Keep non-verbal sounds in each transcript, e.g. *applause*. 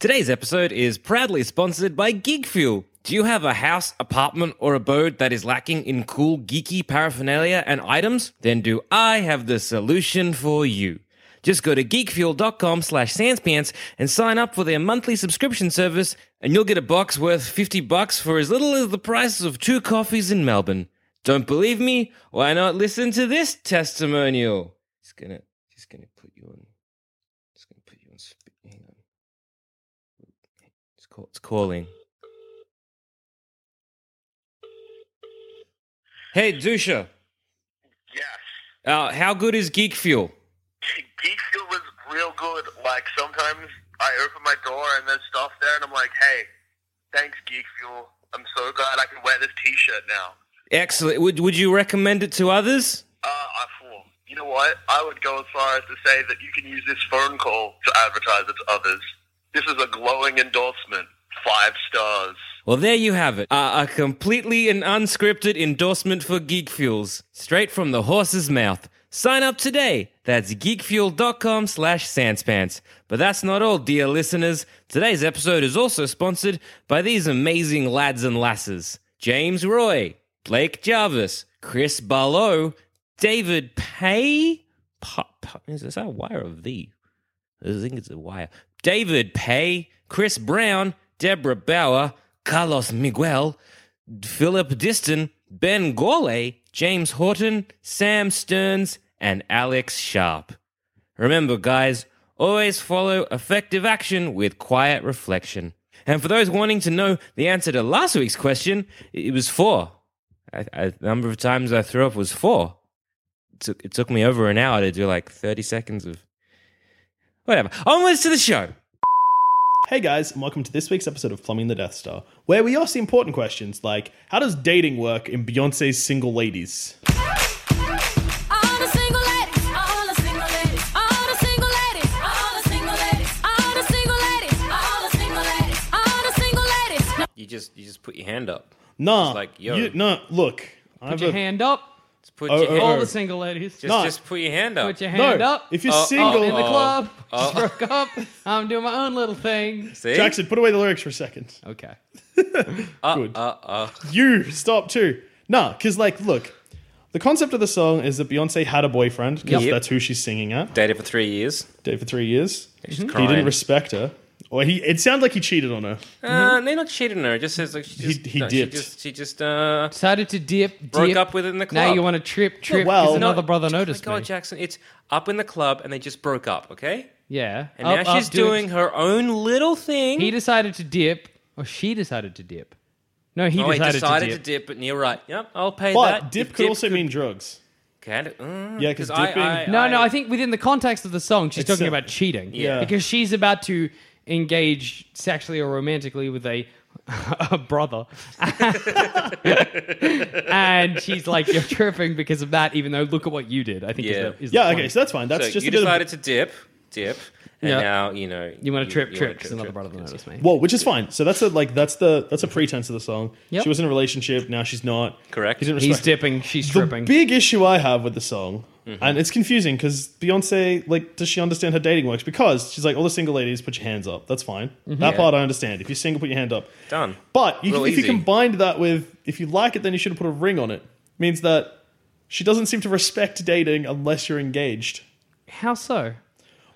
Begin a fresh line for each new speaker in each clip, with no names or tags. Today's episode is proudly sponsored by Gig Fuel. Do you have a house, apartment, or abode that is lacking in cool, geeky paraphernalia and items? Then do I have the solution for you. Just go to geekfuel.com slash sanspants and sign up for their monthly subscription service and you'll get a box worth 50 bucks for as little as the price of two coffees in Melbourne. Don't believe me? Why not listen to this testimonial? Just gonna, just gonna put you on, just gonna put you on, sp- hang on. It's, call, it's calling. Hey, Dusha.
Yes.
Uh, how good is Geek Fuel?
Geek Fuel was real good. Like sometimes I open my door and there's stuff there, and I'm like, "Hey, thanks, Geek Fuel. I'm so glad I can wear this T-shirt now."
Excellent. Would Would you recommend it to others?
Uh, I fool. You know what? I would go as far as to say that you can use this phone call to advertise it to others. This is a glowing endorsement. Five stars.
Well, there you have it. Uh, a completely and unscripted endorsement for Geek Fuels, straight from the horse's mouth. Sign up today. That's geekfuel.com slash sanspants. But that's not all, dear listeners. Today's episode is also sponsored by these amazing lads and lasses. James Roy, Blake Jarvis, Chris Barlow, David Pay? Pa- pa- is that a wire of V? I think it's a wire. David Pay, Chris Brown, Deborah Bauer, Carlos Miguel, Philip Diston, Ben Gourlay, James Horton, Sam Stearns, and Alex Sharp. Remember, guys, always follow effective action with quiet reflection. And for those wanting to know the answer to last week's question, it was four. I, I, the number of times I threw up was four. It took, it took me over an hour to do like 30 seconds of Whatever. Onwards to the show.
Hey guys, and welcome to this week's episode of Plumbing the Death Star, where we ask the important questions like how does dating work in Beyonce's single ladies?
All the single ladies, all the single ladies, all the single ladies, all the single ladies, all the single ladies, all the single ladies, all the single ladies.
You just you just put your hand up.
Nah,
It's like, yo.
you, nah, look, I've
Put your
a-
hand up.
Just put
Oh,
your
oh,
hand
All
oh.
the single ladies.
Just,
No.
just put your hand up.
Put your
no,
hand up.
if you're
Oh, oh,
I'm
single,
in the
oh.
club. Just
*laughs*
broke up. I'm doing my own little thing.
See?
Jackson, put away the lyrics for a second.
Okay.
Good.
Uh, uh.
you stop too. Nah, because like, look, the concept of the song is that Beyonce had a boyfriend because
Yep.
that's who she's singing at.
Dated for three years.
Dated for three years.
She's
He
crying.
didn't respect her, or he. It sounds like he cheated on her.
uh, they're not cheating on her. It just says like she
He-
just,
he
no, she
dipped.
just she just uh
Decided to dip. dip.
broke up within the club.
Now you want to trip, trip
Oh, well-
because another
No,
brother
oh my
noticed
God,
me.
Jackson, it's up in the club and they just broke up, okay?
Yeah.
And
Up,
now
up,
she's
do it.
doing her own little thing.
He decided to dip, or she decided to dip. No, he
oh, he
decided,
decided
to
to dip,
dip.
but you're right. Yep, I'll pay
But
that.
dip
If
could also mean drugs.
Can it? Mm,
Yeah, 'cause
I-
dipping-
I-
No, no, I think within the context of the song, she's
It's
talking
a-
about cheating.
Yeah.
Because she's about to engage sexually or romantically with a, *laughs* a brother. *laughs* and she's like, you're tripping because of that, even though look at what you did. I think
Yeah.
is the, is the
Yeah, okay,
point.
so that's fine. That's
So
just
you
a bit of
decided to dip, dip, and
Yeah.
now you know
you want to trip,
wanna
trip, because another brother noticed me.
Well, which is fine. So that's a like that's the that's a pretense of the song.
Yep.
She was in a relationship, now she's not.
Correct.
He didn't
He's
respect
dipping, she's
the
tripping.
big issue I have with the song,
Mm-hmm.
and it's confusing because Beyonce, like, does she understand how dating works? Because she's like, all the single ladies, put your hands up. That's fine.
Mm-hmm.
That part I understand. If you're single, put your hand up.
Done.
But you,
Real
if you
easy.
combined that with if you like it, then you should have put a ring on it. Means that She doesn't seem to respect dating unless you're engaged.
How so?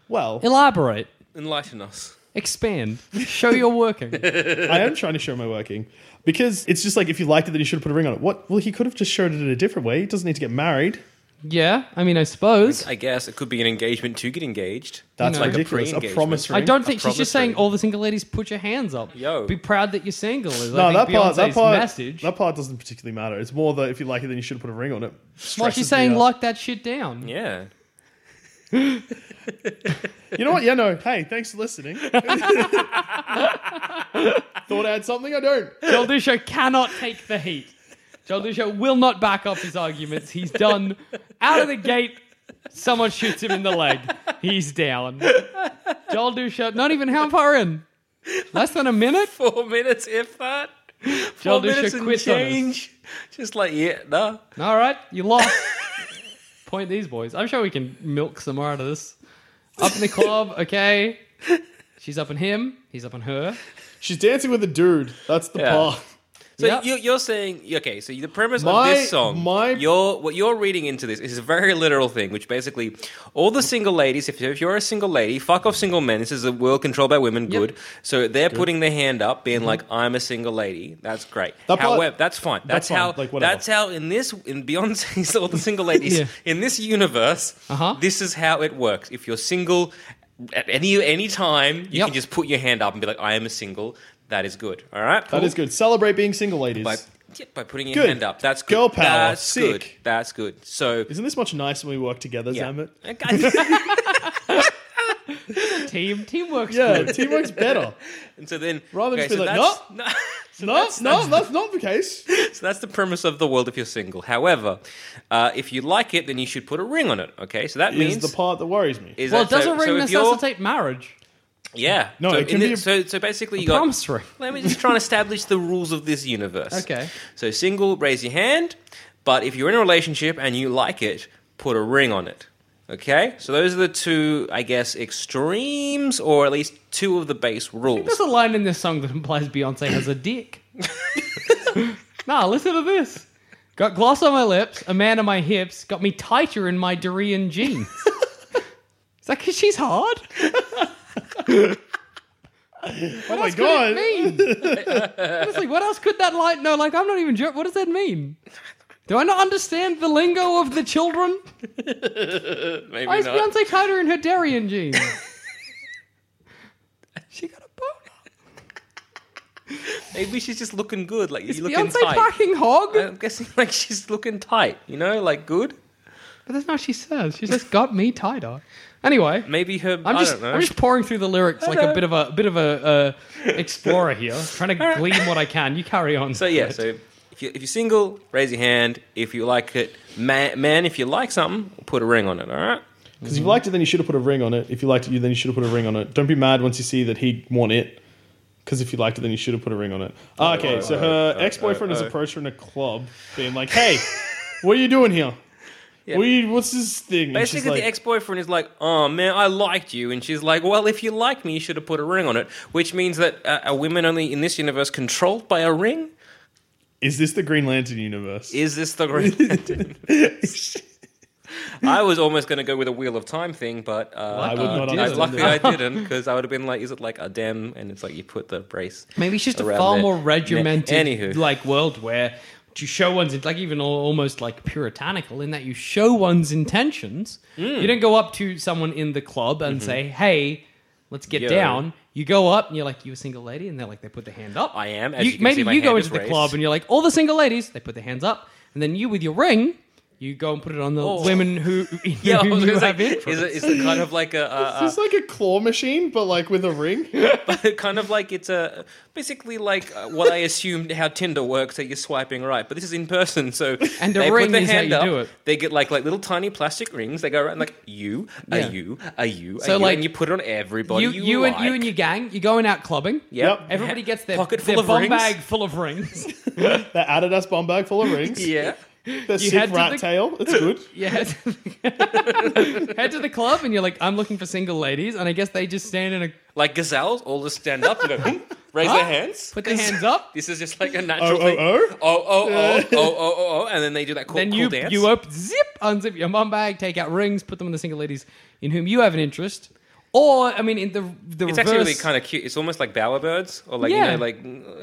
Well,
Elaborate.
Enlighten us.
*laughs*
Expand. Show you're working.
I am trying to show my working because it's just like if you liked it, then you should have put a ring on it. What? Well, he could have just showed it in a different way. He doesn't need to get married.
yeah, I mean, I suppose.
I guess it could be an engagement to get engaged.
That's
No. Like a
ridiculous. a,
pre-engagement.
promise
I
ring.
don't think
A
she's
promise
just saying
ring.
all the single ladies put your hands up.
Yo.
Be proud that you're single. Is,
No,
I
that
think
part, that
Beyonce's
part,
message.
that part doesn't particularly matter. It's more that if you like it, then you should have put a ring on it.
well,
Stresses me
she's saying
out.
lock that shit down.
Yeah.
You know what? Yeah, no. Hey, thanks for listening. *laughs* Thought I had something? I don't.
Joel Dusha cannot take the heat. Joel Dusha will not back up his arguments. He's done. Out of the gate, someone shoots him in the leg. He's down. Joel Dusha, not even how far in? Less than a minute?
Four minutes, if that. Four
Joel
minutes
Dusha
and
quits on us.
change. Just like, yeah, nah.
All right,
*laughs*
you lost. Point these boys. I'm sure we can milk some more out of this. Up in the club,
*laughs*
okay. She's up on him. He's up on her.
She's dancing with a dude. That's the
Yeah.
part.
So
Yep.
you, you're saying okay? So the premise
My-
of this song,
my-
you're, what you're reading into this is a very literal thing, which basically all the single ladies. If, if you're a single lady, fuck off single men. This is a world controlled by women. Good. So they're putting their hand up, being like, "I'm a single lady." That's great.
Mm-hmm. That part-
However, that's fine. That's,
that's fine.
how.
Like, whatever.
that's how in this in Beyonce's all the
*laughs*
single ladies
Yeah.
in this universe.
Uh-huh.
This is how it works. If you're single at any any time, you
Yep.
can just put your hand up and be like, "I am a single." That is good. All right.
That is good. Celebrate being single, ladies.
By, yeah, by putting your
Good.
hand up. That's good.
Girl power.
That's
Sick.
good. That's good. So,
Isn't this much nicer when we work together,
yeah.
damn it?
*laughs* Okay.
Team teamwork's
Yeah,
good.
teamwork's
*laughs*
better.
and
*laughs*
so then,
Rather than
okay,
just be
so
like,
that's,
"Nope."
no.
No, no, that's not the case.
*laughs* So that's the premise of the world if you're single. However, uh, if you like it, then you should put a ring on it. Okay, so that
Is
means
the part that worries me.
is
Well,
that-
does
so-
a ring
so if you're-
necessitate marriage?
Yeah,
No,
So
it can
in
be
the-
a-
so so basically, you got
Promise ring.
Let me just try and establish the rules of this universe.
Okay.
So single, raise your hand. But if you're in a relationship and you like it, put a ring on it. Okay? So those are the two, I guess, extremes, or at least two of the base rules.
There's a line in this song that implies Beyonce has
*laughs*
a dick. nah, listen to this. Got gloss on my lips, a man on my hips, got me tighter in my Dorian jeans. Is that because
*laughs*
she's hard?
oh my god.
What does it mean? Honestly, what else could that line? No, like I'm not even joking. What does that mean? Do I not understand the lingo of the children?
Maybe
Why is
not.
Beyonce tighter in her Darien jeans? she got a boner.
*laughs* Maybe she's just looking good. Like *laughs*
Is
you're looking
Beyonce
tight. Uh,
fucking hog?
I'm guessing like she's looking tight, you know, like good.
But that's not what she says. She says got me tighter. Anyway,
Maybe her.
I'm
I
just
don't know.
I'm just pouring through the lyrics like a bit of a bit of a uh, explorer here,
*laughs*
trying to glean what I can. You carry on.
So yeah, so if, you, if you're single, raise your hand. If you like it, man, man, if you like something, put a ring on it. All right.
Because if you liked it, then you should have put a ring on it. If you liked it, you then you should have put a ring on it. Don't be mad once you see that he'd want it. Because if you liked it, then you should have put a ring on it. Ah, okay, so her ex-boyfriend has approached her in a club, being like, "Hey, what are you doing here? What are you, what's this thing?" And she's
Basically,
like,
the ex-boyfriend is like, "Oh man, I liked you," and she's like, "Well, if you like me, you should have put a ring on it," which means that uh, are women only in this universe controlled by a ring?
"Is this the Green Lantern universe?"
Is this
*laughs*
the Green Lantern? I was almost going to go with a Wheel of Time thing, but uh,
I would
uh,
not
I-
understand
luckily
it. *laughs*
I didn't because I would have been like, "Is it like a dam?" And it's like you put the brace.
Maybe it's just a
around
far
there.
more
Ne-
regimented,
Anywho,
like world where to show one's it's like even al- almost like puritanical in that you show one's intentions.
Mm.
You don't go up to someone in the club and say, "Hey, let's get
Mm-hmm. Yo.
down." You go up and you're like, "You a single lady?" And they're like, "They put their hand up."
I am, as you can
maybe
see, my
you go
hand is
into the
raised.
club and you're like, "All the single ladies," they put their hands up, and then you with your ring. You go and put it on the
Oh.
women who,
*laughs* yeah, I
who
was
*laughs* you
gonna say,
have interest.
is it is it kind of like a, a, a
It's like a claw machine, but like with a
*laughs*
ring.
kind of like it's a basically like uh, what I assumed how Tinder works that you're swiping right, but this is in person, so
*laughs* And the
they
ring
put their
is how
hand
you
up,
do it.
They get like like little tiny plastic rings. They go around like you, are
Yeah.
you, are you, are
So,
you,
like,
and you put it on everybody.
you,
You,
you, and you
like.
and your gang, you're going out clubbing.
Yep.
Yep.
*laughs* Everybody gets their
Pocket full
their
of
bum
rings.
bag full of rings.
That Adidas bomb bag full of rings.
*laughs* Yeah.
The
had
sick
to
rat
think-
tail. It's *laughs* good.
Yeah,
*laughs*
head to, head to the club and you're like, I'm looking for single ladies, and I guess they just stand in a
Like gazelles all just stand up and go, "Hmm, Raise
Huh?
their hands.
Put their hands up.
*laughs* This is just like a natural
Oh, oh,
thing.
oh?
oh, oh,
*laughs*
oh, oh, oh, oh, oh, and then they do that cool,
then
cool
you
dance.
you open zip, unzip your mum bag, take out rings, put them on the single ladies in whom you have an interest. Or I mean, in the the
it's
reverse,
actually really kind of cute. It's almost like bowerbirds, or like
Yeah.
you know, like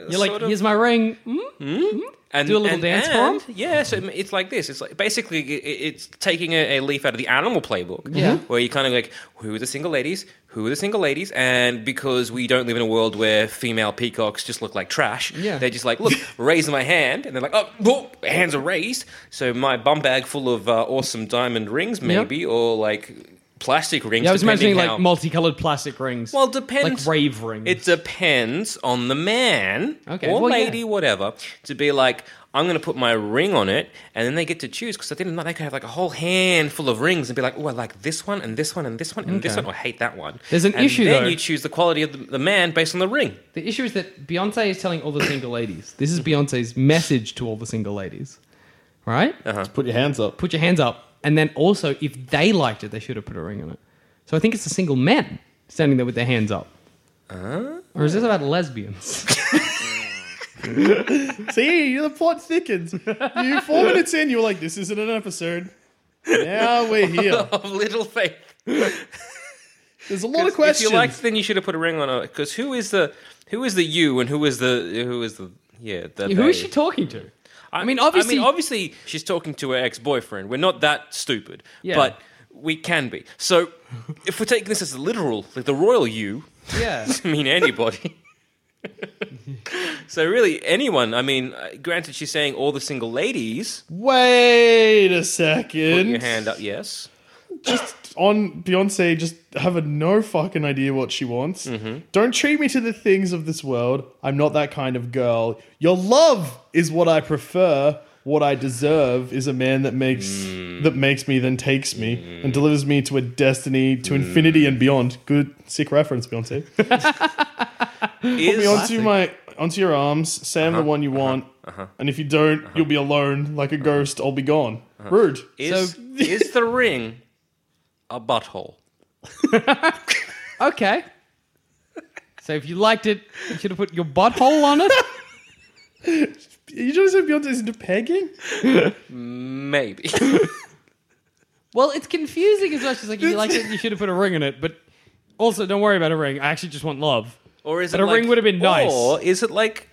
You're like, here's my ring.
Mm-hmm.
Mm?
and,
do a little dance for 'em?
Yeah, so it's like this. It's like basically it, it's taking a, a leaf out of the animal playbook.
Yeah. Mm-hmm.
where you kind of like, who are the single ladies? Who are the single ladies? And because we don't live in a world where female peacocks just look like trash,
Yeah.
they're just like,
*laughs*
look, raise my hand, and they're like, oh, whoa, hands are raised. So my bum bag full of uh, awesome diamond rings, maybe, or like plastic rings.
Yeah, I was
depending
imagining
how-
like multicolored plastic rings.
Well, depends.
Like rave rings.
It depends on the man
Okay,
or
well, yeah.
lady, whatever, to be like, I'm going to put my ring on it, and then they get to choose because at the end of the night they could have like a whole handful of rings and be like, oh, I like this one and this one and this one and this
Okay.
one. Or I hate that one.
There's an
And
issue,
Then
though.
you choose the quality of the, the man based on the ring. *laughs*
the issue is that Beyonce is telling all the single ladies. This is Beyonce's message to all the single ladies, right?
Put your hands up.
Put your hands up, and then also if they liked it, they should have put a ring on it. So I think it's the single men standing there with their hands up. Or is this about lesbians?
*laughs* *laughs* See, the plot thickens. You four minutes in, you were like, "This isn't an episode." Now we're here.
Of little faith.
There's a lot of
If
questions.
you liked, then you should have put a ring on it. Because who is the who is the you and who is the who is the yeah? The
Who is
they?
she talking to? I mean, obviously-
I mean, obviously, she's talking to her ex-boyfriend. We're not that stupid,
Yeah.
but we can be. So, if we're taking this as literal, like the royal you, *laughs*
Yeah.
I mean anybody. *laughs* so really, anyone. I mean, uh, granted, she's saying all the single ladies.
Wait a
Put
second.
your hand up, yes.
on Beyonce, just have a no fucking idea what she wants.
Mm-hmm.
Don't treat me to the things of this world. I'm not that kind of girl. Your love is what I prefer. What I deserve is a man that makes
Mm.
that makes me, then takes me, and delivers me to a destiny
Mm.
to infinity and beyond. Good, sick reference, Beyonce. Put me
Is
onto my onto your arms. Say
Uh-huh.
I'm the one you want, and if you don't, you'll be alone like a ghost. I'll be gone.
Uh-huh.
Rude.
is, is the ring a butthole?
Okay. So if you liked it, you should have put your butthole on it.
*laughs* You just said Beyonce's into pegging.
Maybe. *laughs*
Well, it's confusing as much as like if you liked
*laughs*
it, you should have put a ring on it. But also, don't worry about a ring. I actually just want love.
Or is
But
it
a ring
like-
would have been nice.
Or is it like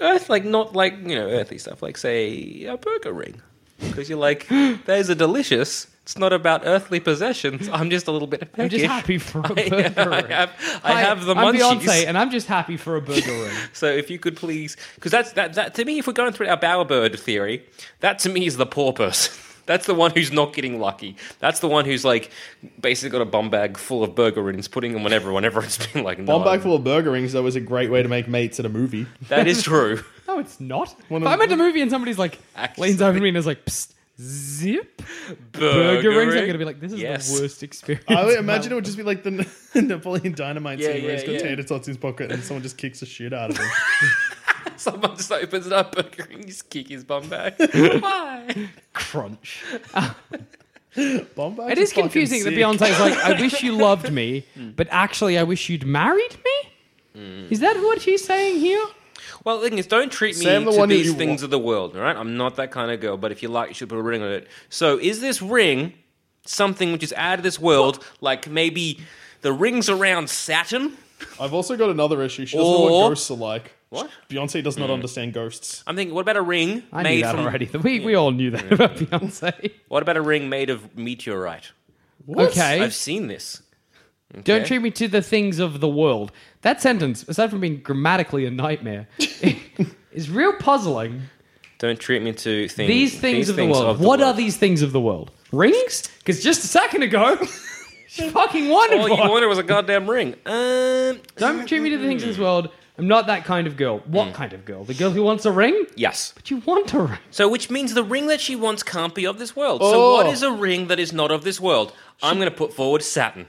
earth, like not like you know earthy stuff, like say a burger ring? Because you're
*gasps*
like, those are delicious. It's not about earthly possessions. I'm just a little bit.
I'm just
peckish.
happy for a burger
*laughs* I, uh, I
ring.
have, I
Hi,
have the
I'm
munchies.
Beyonce, and I'm just happy for a burger
*laughs*
ring.
So if you could please, because that's that, that to me, if we're going through our bowerbird theory, that to me is the poor person. *laughs* That's the one who's not getting lucky. That's the one who's like basically got a bum bag full of burger rings, putting them on everyone. Everyone's being like, no,
Bomb bag full of burger rings though is a great way to make mates at a movie. *laughs*
That is true.
No, it's not.
One
if
of-
I'm at a movie and somebody's like
Actually.
leans over me and is like, Psst, zip burger, rings, I'm gonna be like, this is
Yes.
the worst experience.
I *laughs*
of
would
my
imagine it would just be like the *laughs* Napoleon Dynamite
Yeah,
scene where he's
yeah,
got
yeah.
tater tots in his pocket and someone just kicks the shit out of
*laughs*
him.
Someone just opens it up, burger ring, just kick his bum back.
crunch.
Bomb bags
It
are
is
fucking
confusing that
sick.
Beyonce's like, I wish you loved
*laughs*
me,
Hmm.
but actually, I wish you'd married me. Is that what she's saying here?
well, the thing is, don't treat me
Say I'm the
to
one that
these
you want.
things of the world, all right? I'm not that kind of girl, but if you like, you should put a ring on it. So, is this ring something which is out of this world, like maybe the rings around Saturn?
*laughs* I've also got another issue. She doesn't know what
Or-
ghosts are like.
What?
Beyonce does not understand ghosts.
I'm thinking, what about a ring
I
made
knew that
from. *laughs*
already. *laughs* We, we all knew that about Beyonce.
What about a ring made of meteorite?
Okay.
I've seen this.
Don't treat me to the things of the world. That sentence, aside from being grammatically a nightmare, *laughs* is real puzzling.
Don't treat me to things.
These things, of, the world. what are these things of the world? Rings? Because just a second ago, *laughs* she fucking wanted
All Oh, you
one.
wanted was a goddamn ring. Um,
Don't treat me to the things of this world. I'm not that kind of girl. What
Mm.
kind of girl? The girl who wants a ring?
yes.
But you want a ring.
So, which means the ring that she wants can't be of this world. So,
Oh.
what is a ring that is not of this world? I'm going to put forward Saturn.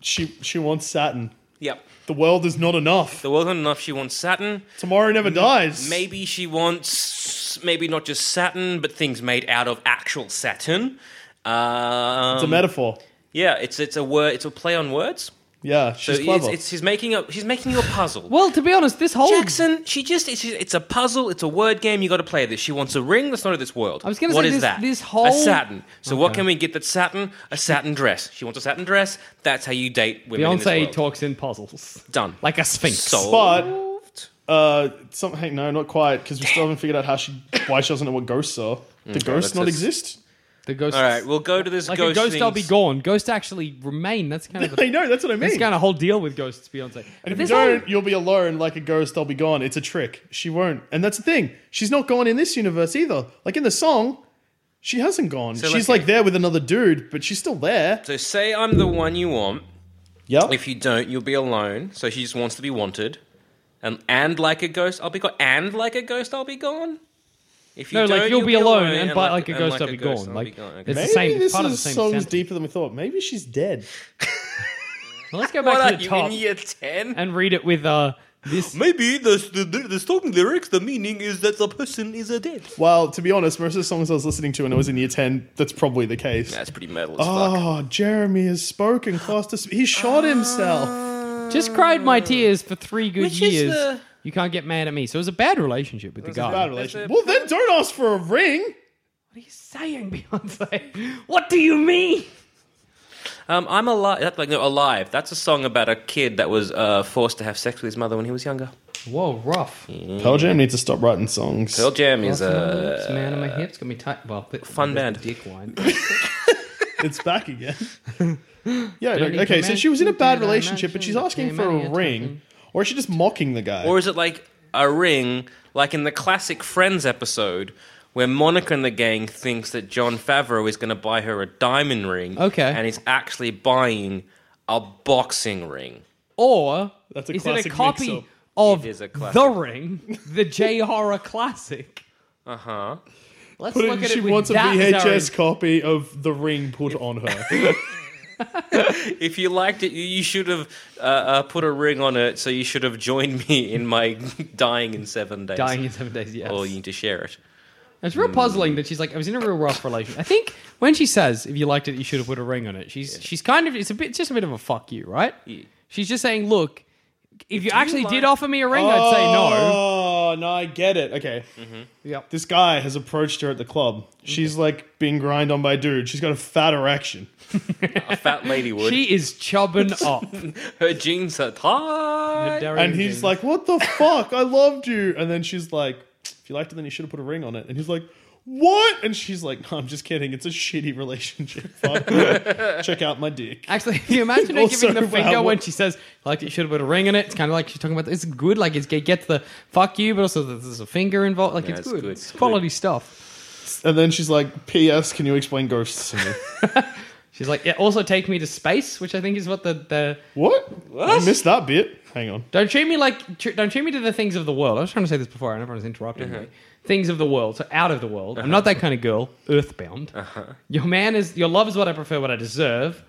She she wants Saturn.
Yep.
The world is not enough.
The world not enough. She wants Saturn.
Tomorrow never dies.
Maybe she wants, maybe not just Saturn, but things made out of actual Saturn. Uh, Um,
it's a metaphor.
yeah, it's it's a word. It's a play on words.
Yeah,
So
she's
it's,
clever.
it's, she's making up. She's making you a puzzle.
Well, to be honest, this whole
Jackson, she just it's, it's a puzzle. It's a word game. You got to play this. She wants a ring that's not of this world. I
was gonna say this-
that?
this whole-
a satin. So what can we get that's satin? A satin dress. She wants a satin dress. That's how you date women. in this
Beyonce
world.
talks in puzzles
done
like a sphinx.
Solved.
uh, some, hey, no, not quite, because we still haven't figured out how she, why she doesn't know what ghosts are. Do ghosts
let's
not
Hmm. just-
exist?
the ghost.
All right, we'll go to this
like
ghost.
a ghost, I'll be
things.
gone. Ghost actually remain. That's kind of
*laughs*
the,
I know, that's what I mean.
that's kind of whole deal with ghosts.
And
Beyonce.
if you
This
don't,
whole-
you'll be alone like a ghost. I'll be gone. It's a trick. She won't. And that's the thing. She's not gone in this universe either. Like in the song, she hasn't gone.
let's
she's
go-
like there with another dude, but she's still there.
So say I'm the one you want.
Yep.
If you don't, you'll be alone. So she just wants to be wanted. And and like a ghost, I'll be gone. And like a ghost, I'll be gone. If you
no,
don't,
like you'll, be alone, and, by
but
like a ghost, I'll be gone. Like it's the
Maybe
same.
this
It's part of the
is
same
song's
sentence.
deeper than we thought. Maybe she's dead.
Well, let's go
what
back
are
to the
you
top
in year ten?
and read it with uh this.
Maybe the, the the song lyrics, the meaning is that the person is a dead.
Well, to be honest, most of the songs I was listening to when I was in year 10, that's probably the case.
That's pretty metal as fuck.
oh, Jeremy has spoken. Class dis- he shot himself.
Just cried
Oh.
my tears for three good
Which is
years.
the-
You can't get mad at me. So it was a bad relationship with the guy.
Bad relation. Well, then don't ask for a ring.
What are you saying, Beyonce? *laughs* What do you mean?
Um, I'm alive. That's like no, alive. That's a song about a kid that was uh, forced to have sex with his mother when he was younger.
Whoa, rough.
Pearl Jam needs to stop writing songs.
Pearl Jam is uh,
Lips, man, and my hips got me tight. Well, but
Fun
there's
band.
the Dick wine.
*laughs*
it's back again. yeah,
*laughs* Don't
no,
you
okay, so she was in a bad
imagine-
relationship, but she's
imagine
asking
the
for a
amount of
ring.
talking.
Or is she just mocking the guy?
Or is it like a ring, like in the classic Friends episode, where Monica and the gang thinks that John Favreau is going to buy her a diamond ring,
Okay.
and he's actually buying a boxing ring.
Or
That's a
is it a
classic
copy
mix-up.
of
It is a classic.
The Ring, the J horror classic?
Uh huh.
Let's
Put it-
look at
she
it with
wants a
that as our
VHS *laughs* copy of The Ring put on
*laughs*
her.
If you liked it, you- you should have uh, uh, put a ring on it. So you should have joined me in my *laughs* dying in seven days.
Dying in seven days, yes.
Or you need to share it.
It's
Hmm.
real puzzling that she's like, I was in a real rough relationship. I think when she says, if you liked it, you should have put a ring on it, she's she's kind of, it's a bit, it's just a bit of a fuck you, right? She's just saying, look, if you actually
like-
did offer me a ring, I'd say no.
Oh, no, I get it. Okay.
Mm-hmm. Yep.
This guy has approached her at the club.
Mm-hmm.
She's like being grind on by a dude. She's got a fat erection.
A fat
*laughs*
lady would.
She is chubbing
*laughs*
up.
her jeans are tight.
And he's like, What the fuck? I loved you. And then she's like, If you liked it, then you should have put a ring on it. And he's like, What? And she's like, No, I'm just kidding. It's a shitty relationship.
*laughs*
Fuck. Check out my dick.
Actually, *laughs* can you imagine her
Also,
giving the
wow,
finger when
what-
she says, like, you should have put a ring in it? It's kind of like she's talking about, it's good. Like, it's, it gets the fuck you, but also there's a finger involved. Like, it's,
it's
good.
good,
It's
it's good.
quality stuff.
And then she's like, P.S. Can you explain ghosts
*laughs*
to me?
She's like, yeah, also take me to space, which I think is what the, the
what? I missed that bit. Hang on.
Don't treat me like tr- don't treat me to the things of the world. I was trying to say this before, and everyone's interrupting
Uh-huh.
me. Things of the world, so out of the world. I'm not that kind of girl. Earthbound.
Uh-huh.
Your man is your love is what I prefer, what I deserve.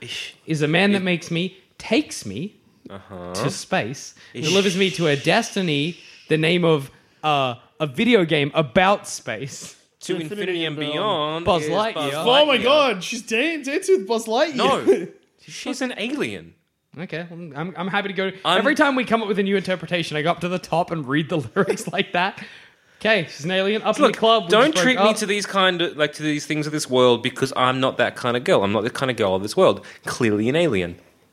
Is a man that makes me takes me
Uh-huh.
to space, delivers me to a destiny. The name of uh, a video game about space.
to infinity and beyond.
Buzz
is
Lightyear.
Oh my
Lightyear.
god, she's dan- dancing with Buzz Lightyear.
No,
*laughs*
she's an alien.
Okay, well, I'm, I'm happy to go.
I'm-
Every time we come up with a new interpretation, I go up to the top and read the *laughs* lyrics like that. Okay, she's an alien. Up in
Look,
the club. we
don't
just
treat
broke
me
up.
to these kind of like to these things of this world because I'm not that kind of girl. I'm not the kind of girl of this world. Clearly an alien,
*laughs*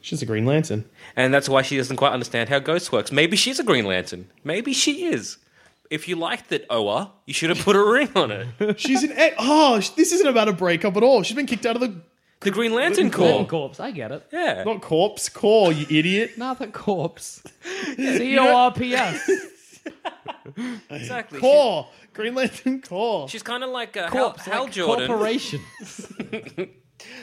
She's a Green Lantern.
and that's why she doesn't quite understand how ghosts works. Maybe she's a Green Lantern. Maybe she is. If you liked that Oa, you should have put a *laughs* ring on it.
She's an. A- oh, sh- this isn't about a breakup at all. She's been kicked out of the.
The Green Lantern
Corpse.
Corps.
Corpse. I get it.
Yeah.
Not corpse, core, you idiot.
*laughs*
Another corpse. *laughs* C O R P *laughs* S.
exactly. She's,
Core. Green Lantern core.
she's kind of like uh, Hal,
Corpse.
Hal
like
Jordan.
Corporations.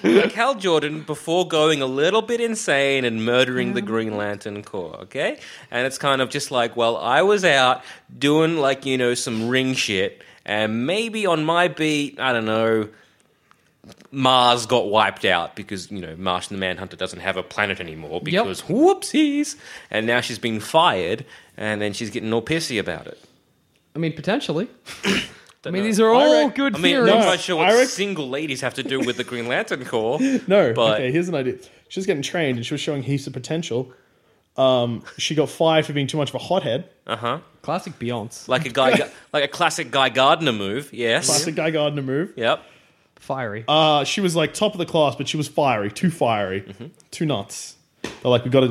Like Hal Jordan before going a little bit insane and murdering the Green Lantern Corps, okay? And it's kind of just like, well, I was out doing like, you know, some ring shit, and maybe on my beat, I don't know, Mars got wiped out because, you know, Martian the Manhunter doesn't have a planet anymore because whoopsies. And now she's been fired, and then she's getting all pissy about it.
I mean, potentially. I mean, these are all good
I mean,
theories.
I'm
No,
not sure what
I rec-
single ladies have to do with the Green Lantern Corps.
*laughs* No,
*laughs* but
okay, here's an idea. She was getting trained and she was showing heaps of potential. Um, she got fired for being too much of a hothead.
Uh-huh.
Classic Beyonce.
like a guy, like a classic Guy Gardner move. Yes.
Classic Guy Gardner move.
Yep.
Fiery.
Uh, she was like top of the class, but she was fiery, too fiery,
Mm-hmm.
too nuts. They're like, we gotta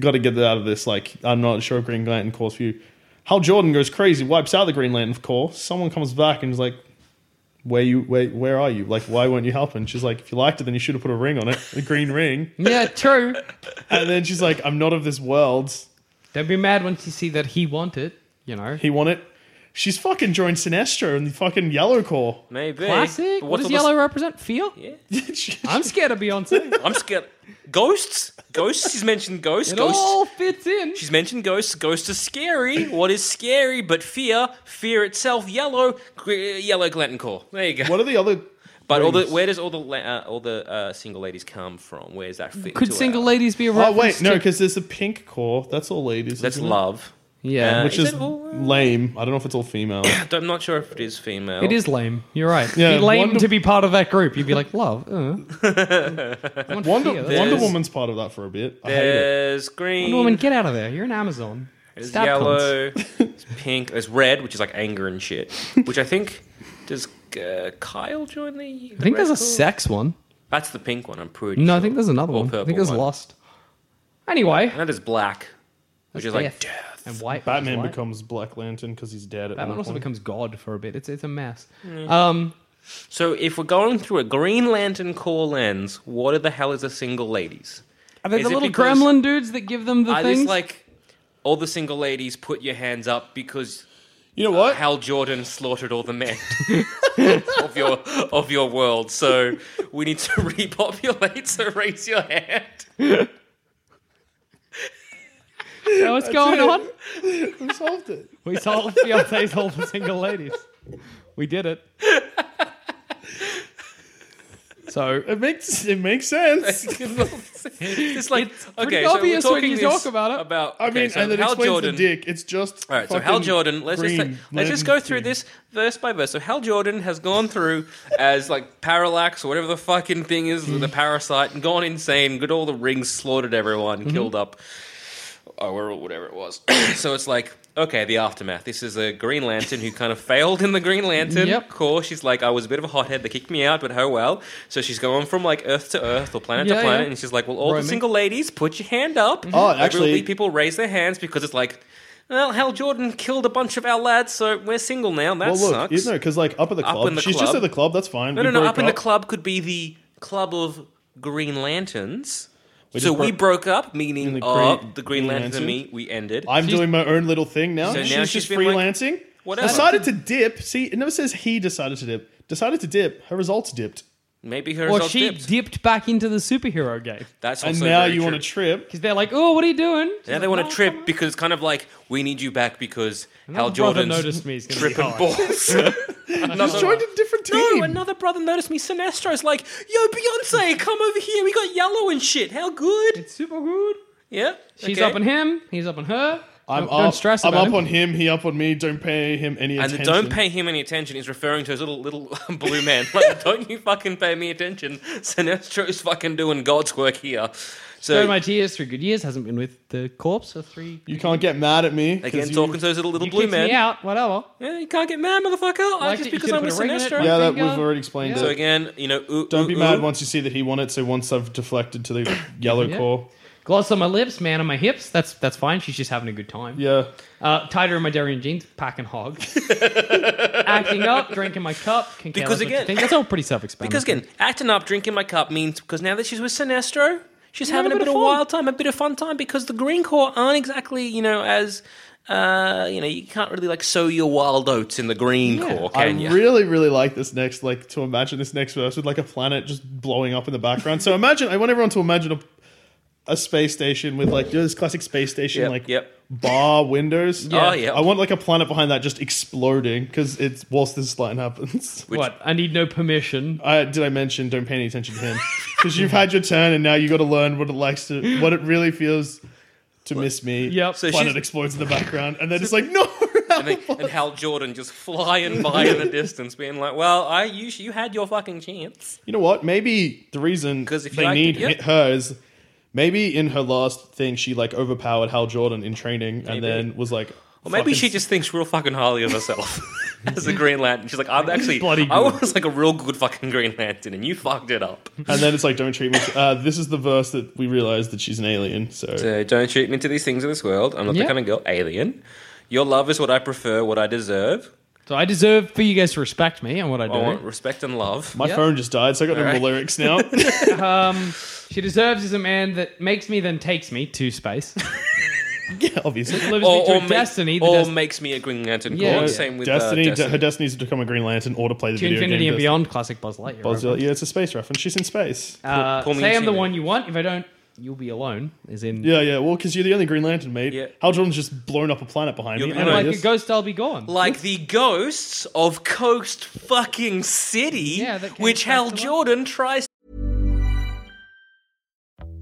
gotta get that out of this. Like, I'm not sure if Green Lantern calls for you. Hal Jordan goes crazy, wipes out the Green Lantern Corps. Someone comes back and is like, "Where you? Where, where are you? Like, why weren't you helping?" She's like, "If you liked it, then you should have put a ring on it, a green ring."
*laughs* yeah, true.
And then she's like, "I'm not of this world.
Don't be mad once you see that he wanted. You know,
He won it." She's fucking joined Sinestro and the fucking Yellow Corps.
Maybe.
classic.
But
What
what's
does
all this-
yellow represent? Fear.
She-
I'm scared of *laughs* Beyonce.
I'm scared. Ghosts. Ghosts. She's mentioned ghosts.
It
ghosts.
all fits in.
She's mentioned ghosts. Ghosts are scary. What is scary but fear? Fear itself. Yellow. gr- Yellow Lantern Corps. There you go.
*laughs* what are the other?
But all the,
rings?
where does all the la- uh, all the uh, single ladies come from? Where's that fit?
Could
to
single
our-
ladies be a
Oh
reference?
wait, no,
to-
because there's the pink core. That's all ladies.
That's
isn't it?
love.
yeah,
*laughs*
Uh,
which
Is
is
it all-
lame. I don't know if it's all
*coughs*
female.
I'm not sure if it is female.
It is lame. You're right.
Yeah,
It'd be lame
Wonder-
to be part of that group. You'd be like, love. Uh. I want
Wonder,
fear.
Wonder
There's-
Woman's part of that for a bit. I hate it.
There's green.
Wonder Woman, get out of there. You're an Amazon.
There's
Stab cunts.
yellow. There's pink. There's red, which is like anger and shit. Which I think does uh, Kyle join the?
I think there's a sex one.
That's the pink one. I'm pretty.
No,
sure.
I think there's another
Or
one. I
purple
think there's
one.
Lost. Anyway,
And that is black, which is like death.
and white.
Batman
which is white.
becomes Black Lantern because he's dead. At
Batman
one
also
point.
becomes God for a bit. It's it's a mess. Um,
So if we're going through a Green Lantern core lens, what the hell is a single ladies?
are they
Is
the
it
little
because-
gremlin dudes that give them the
I
things?
just like all the single ladies put your hands up because
You know
*laughs*
what?
Hal Jordan slaughtered all the men *laughs* of your of your world. So we need to *laughs* repopulate. So raise your hand. *laughs*
You know what's going
it.
on?
We solved it.
We solved fiancés, all the single ladies. We did *laughs* it. So
It *laughs* makes it makes *laughs* sense.
it's like
pretty
okay,
obvious
so we're
when
talking
you
this
talk about it.
About
I
*laughs* okay,
mean,
so
and it
Hal
explains
Jordan.
the dick. It's just
All right, so
fucking
Hal Jordan. Let's just
Green
say, let's just go
Lantern
through
thing.
this verse by verse. So Hal Jordan has gone through as like parallax or whatever the fucking thing is,
Mm.
the parasite, and gone insane. Got all the rings, slaughtered everyone,
Mm-hmm.
killed up. Oh, or whatever it was. *clears throat* so it's like okay, the aftermath. This is a Green Lantern who kind of failed in the Green Lantern
Yep.
core. She's like, I was a bit of a hothead. They kicked me out, but oh well. So she's going from like Earth to Earth or planet
Yeah,
to planet,
yeah. Mm-hmm.
and she's like, well, all
Roaming.
the single ladies, put your hand up.
Oh,
Every
actually-
week people raise their hands because it's like, well, Hal Jordan killed a bunch of our lads, so we're single now. That
Well, look,
sucks.
you know, because like up at the
Up
club,
in the
she's
club.
just at the club. That's fine.
no,
We
no, no.
broke
Up in the club could be the club of Green Lanterns. so
just
we
broke-
broke up, meaning
the
the,
Green-
the
Green
Green Lantern
Lantern.
and me, we ended.
I'm
She's-
doing my own little thing now.
So now
she's,
she's
just
been like,
freelancing.
whatever.
Decided to dip. See, it never says he decided to dip. Decided to dip. Her results dipped.
Maybe her
or
results
she
dipped.
dipped. back into the superhero game
That's also
And now
very
you
true.
want to trip.
because they're like, "Oh, what are you doing?" She's
Now they
like,
want
"No,
to trip
come
because it's kind of like we need you back because Hal
on." Brother
Jordan's
noticed me. He's gonna be
tripping
*laughs*
hard.
balls.
He's joined a different team.
No, another brother noticed me. Sinestro's like, yo, Beyonce, come over here. We got yellow and shit. How good?
It's super good.
Yeah.
She's
okay.
up on him. He's up on her.
I'm
don't,
up.
don't stress
I'm
about
up
him.
on him. He up on me. Don't pay him any
And the
attention.
don't pay him any attention is referring to his little little *laughs* blue man. Like, don't you fucking pay me attention. *laughs* Sinestro's fucking doing God's work here.
Throw
So
my tears through good years hasn't been with the corpse for three.
You can't get mad at me. 'cause
again,
you-
talking to those little little
You
blue
kicked me
man.
out, whatever.
Yeah, you can't get mad, motherfucker. I
Liked
just
it, you
because
should've
I'm with
put a ring in it.
Sinestro.
Yeah, that, we've
Finger.
already explained
Yeah.
So
it.
again, you know, ooh,
don't
ooh,
be
ooh.
mad once you see that he won it. So once I've deflected to the yellow
Yeah.
core.
Gloss on my lips, man on my hips. That's that's fine. She's just having a good time.
Yeah.
Uh, tighter in my Darien jeans, packing hog. Acting up, drinking my cup. Can care
Because
less what you
again-
think. that's all pretty self-explanatory.
Because again, acting up, drinking my cup means because now that she's with Sinestro, she's having, a bit, of,
fun.
wild time, a bit of fun time because the Green Corps aren't exactly, you know, as uh, you know, you can't really like sow your wild oats in the Green Corps,
I
can you?
really, really like this next, like to imagine this next verse with like a planet just blowing up in the background. so imagine, I want everyone to imagine a, a space station with like you know, this classic space station,
Yep,
like
yep. *laughs*
bar windows.
Yeah. Oh, yeah.
I want like a planet behind that just exploding because it's whilst this line happens.
what? I need no permission.
I, did I mention don't pay any attention to him *laughs* because you've had your turn and now you got to learn what it likes to, what it really feels to miss me.
Yep.
So
planet
she's-
explodes in the background and then it's like no.
And driving, and Hal Jordan just flying by in the distance, being like, "Well, I you you had your fucking chance."
*laughs* You know what? Maybe the reason
'Cause if you
they
liked it,
need
yep.
her is maybe in her last thing she like overpowered Hal Jordan in training and then was like,
Or maybe
fucking-
she just thinks real fucking highly of herself *laughs* as a Green Lantern. She's like,
*laughs*
"I'm actually,
Bloody
I
good.
was like a real good fucking Green Lantern, and you fucked it up."
and then it's like, don't treat me. Uh, this is the verse that we realized that she's an alien. So
So don't treat me to these things in this world. I'm not
Yeah.
the kind of girl alien. Your love is what I prefer, what I deserve.
So I deserve for you guys to respect me and what I do.
I want respect and love.
my
Yep.
phone just died, so I got no
Alright.
more lyrics
*laughs*
now. *laughs*
She deserves is a man that makes me then takes me to space.
yeah, obviously.
Delivers me to a
make-
destiny that
or
does-
makes me a Green Lantern.
Yeah.
Yeah,
Yeah.
Same with
Destiny,
Uh, Destiny.
Her destiny is to become a Green Lantern or to play the
to
video
infinity
game.
and beyond. Classic Buzz Lightyear.
Buzz Lightyear. Yeah, it's a space reference. She's in space.
Uh,
Pull me
say
in,
I'm the
Sydney.
one you want. If I don't, you'll be alone. Is in
yeah, yeah. Well, because you're the only Green Lantern, mate.
Yeah.
Hal Jordan's just blown up a planet behind
You're
me.
the
I
only
know
like
one-
a
this.
ghost, I'll be gone.
like the ghosts of Coast fucking City,
Yeah, that came
which
back
Hal
to life.
Jordan tries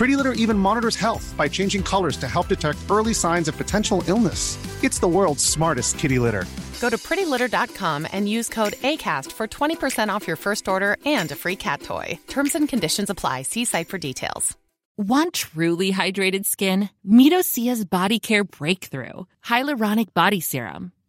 Pretty Litter even monitors health by changing colors to help detect early signs of potential illness. It's the world's smartest kitty litter.
Go to prettylitter.com and use code ACAST for 20% off your first order and a free cat toy. Terms and conditions apply. See site for details.
Want truly hydrated skin? Meet Osea's Body Care Breakthrough Hyaluronic Body Serum.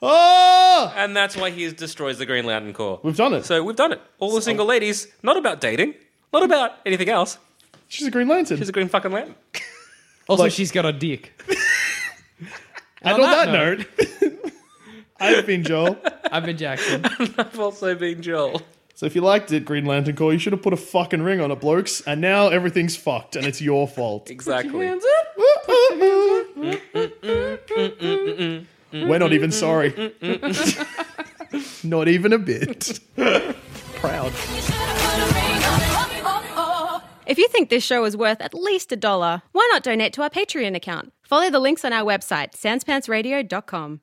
Ah!
And that's why he destroys the Green Lantern Corps.
We've done it.
So we've done it. All the single ladies, not about dating, not about anything else.
She's a Green Lantern.
She's a Green fucking Lantern. *laughs*
also,
like-
she's got a dick.
and on that, note, *laughs* I've been Joel.
I've been Jackson.
I've also been Joel.
So if you liked it, Green Lantern Corps, you should have put a fucking ring on it, blokes. And now everything's fucked, and it's your fault.
Exactly.
We're not even sorry. not even a bit. Proud.
If you think this show is worth at least a dollar, why not donate to our Patreon account? Follow the links on our website, sanspantsradio.com.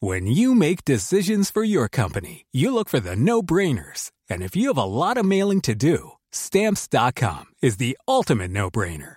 When you make decisions for your company, you look for the no-brainers. And if you have a lot of mailing to do, stamps.com is the ultimate no-brainer.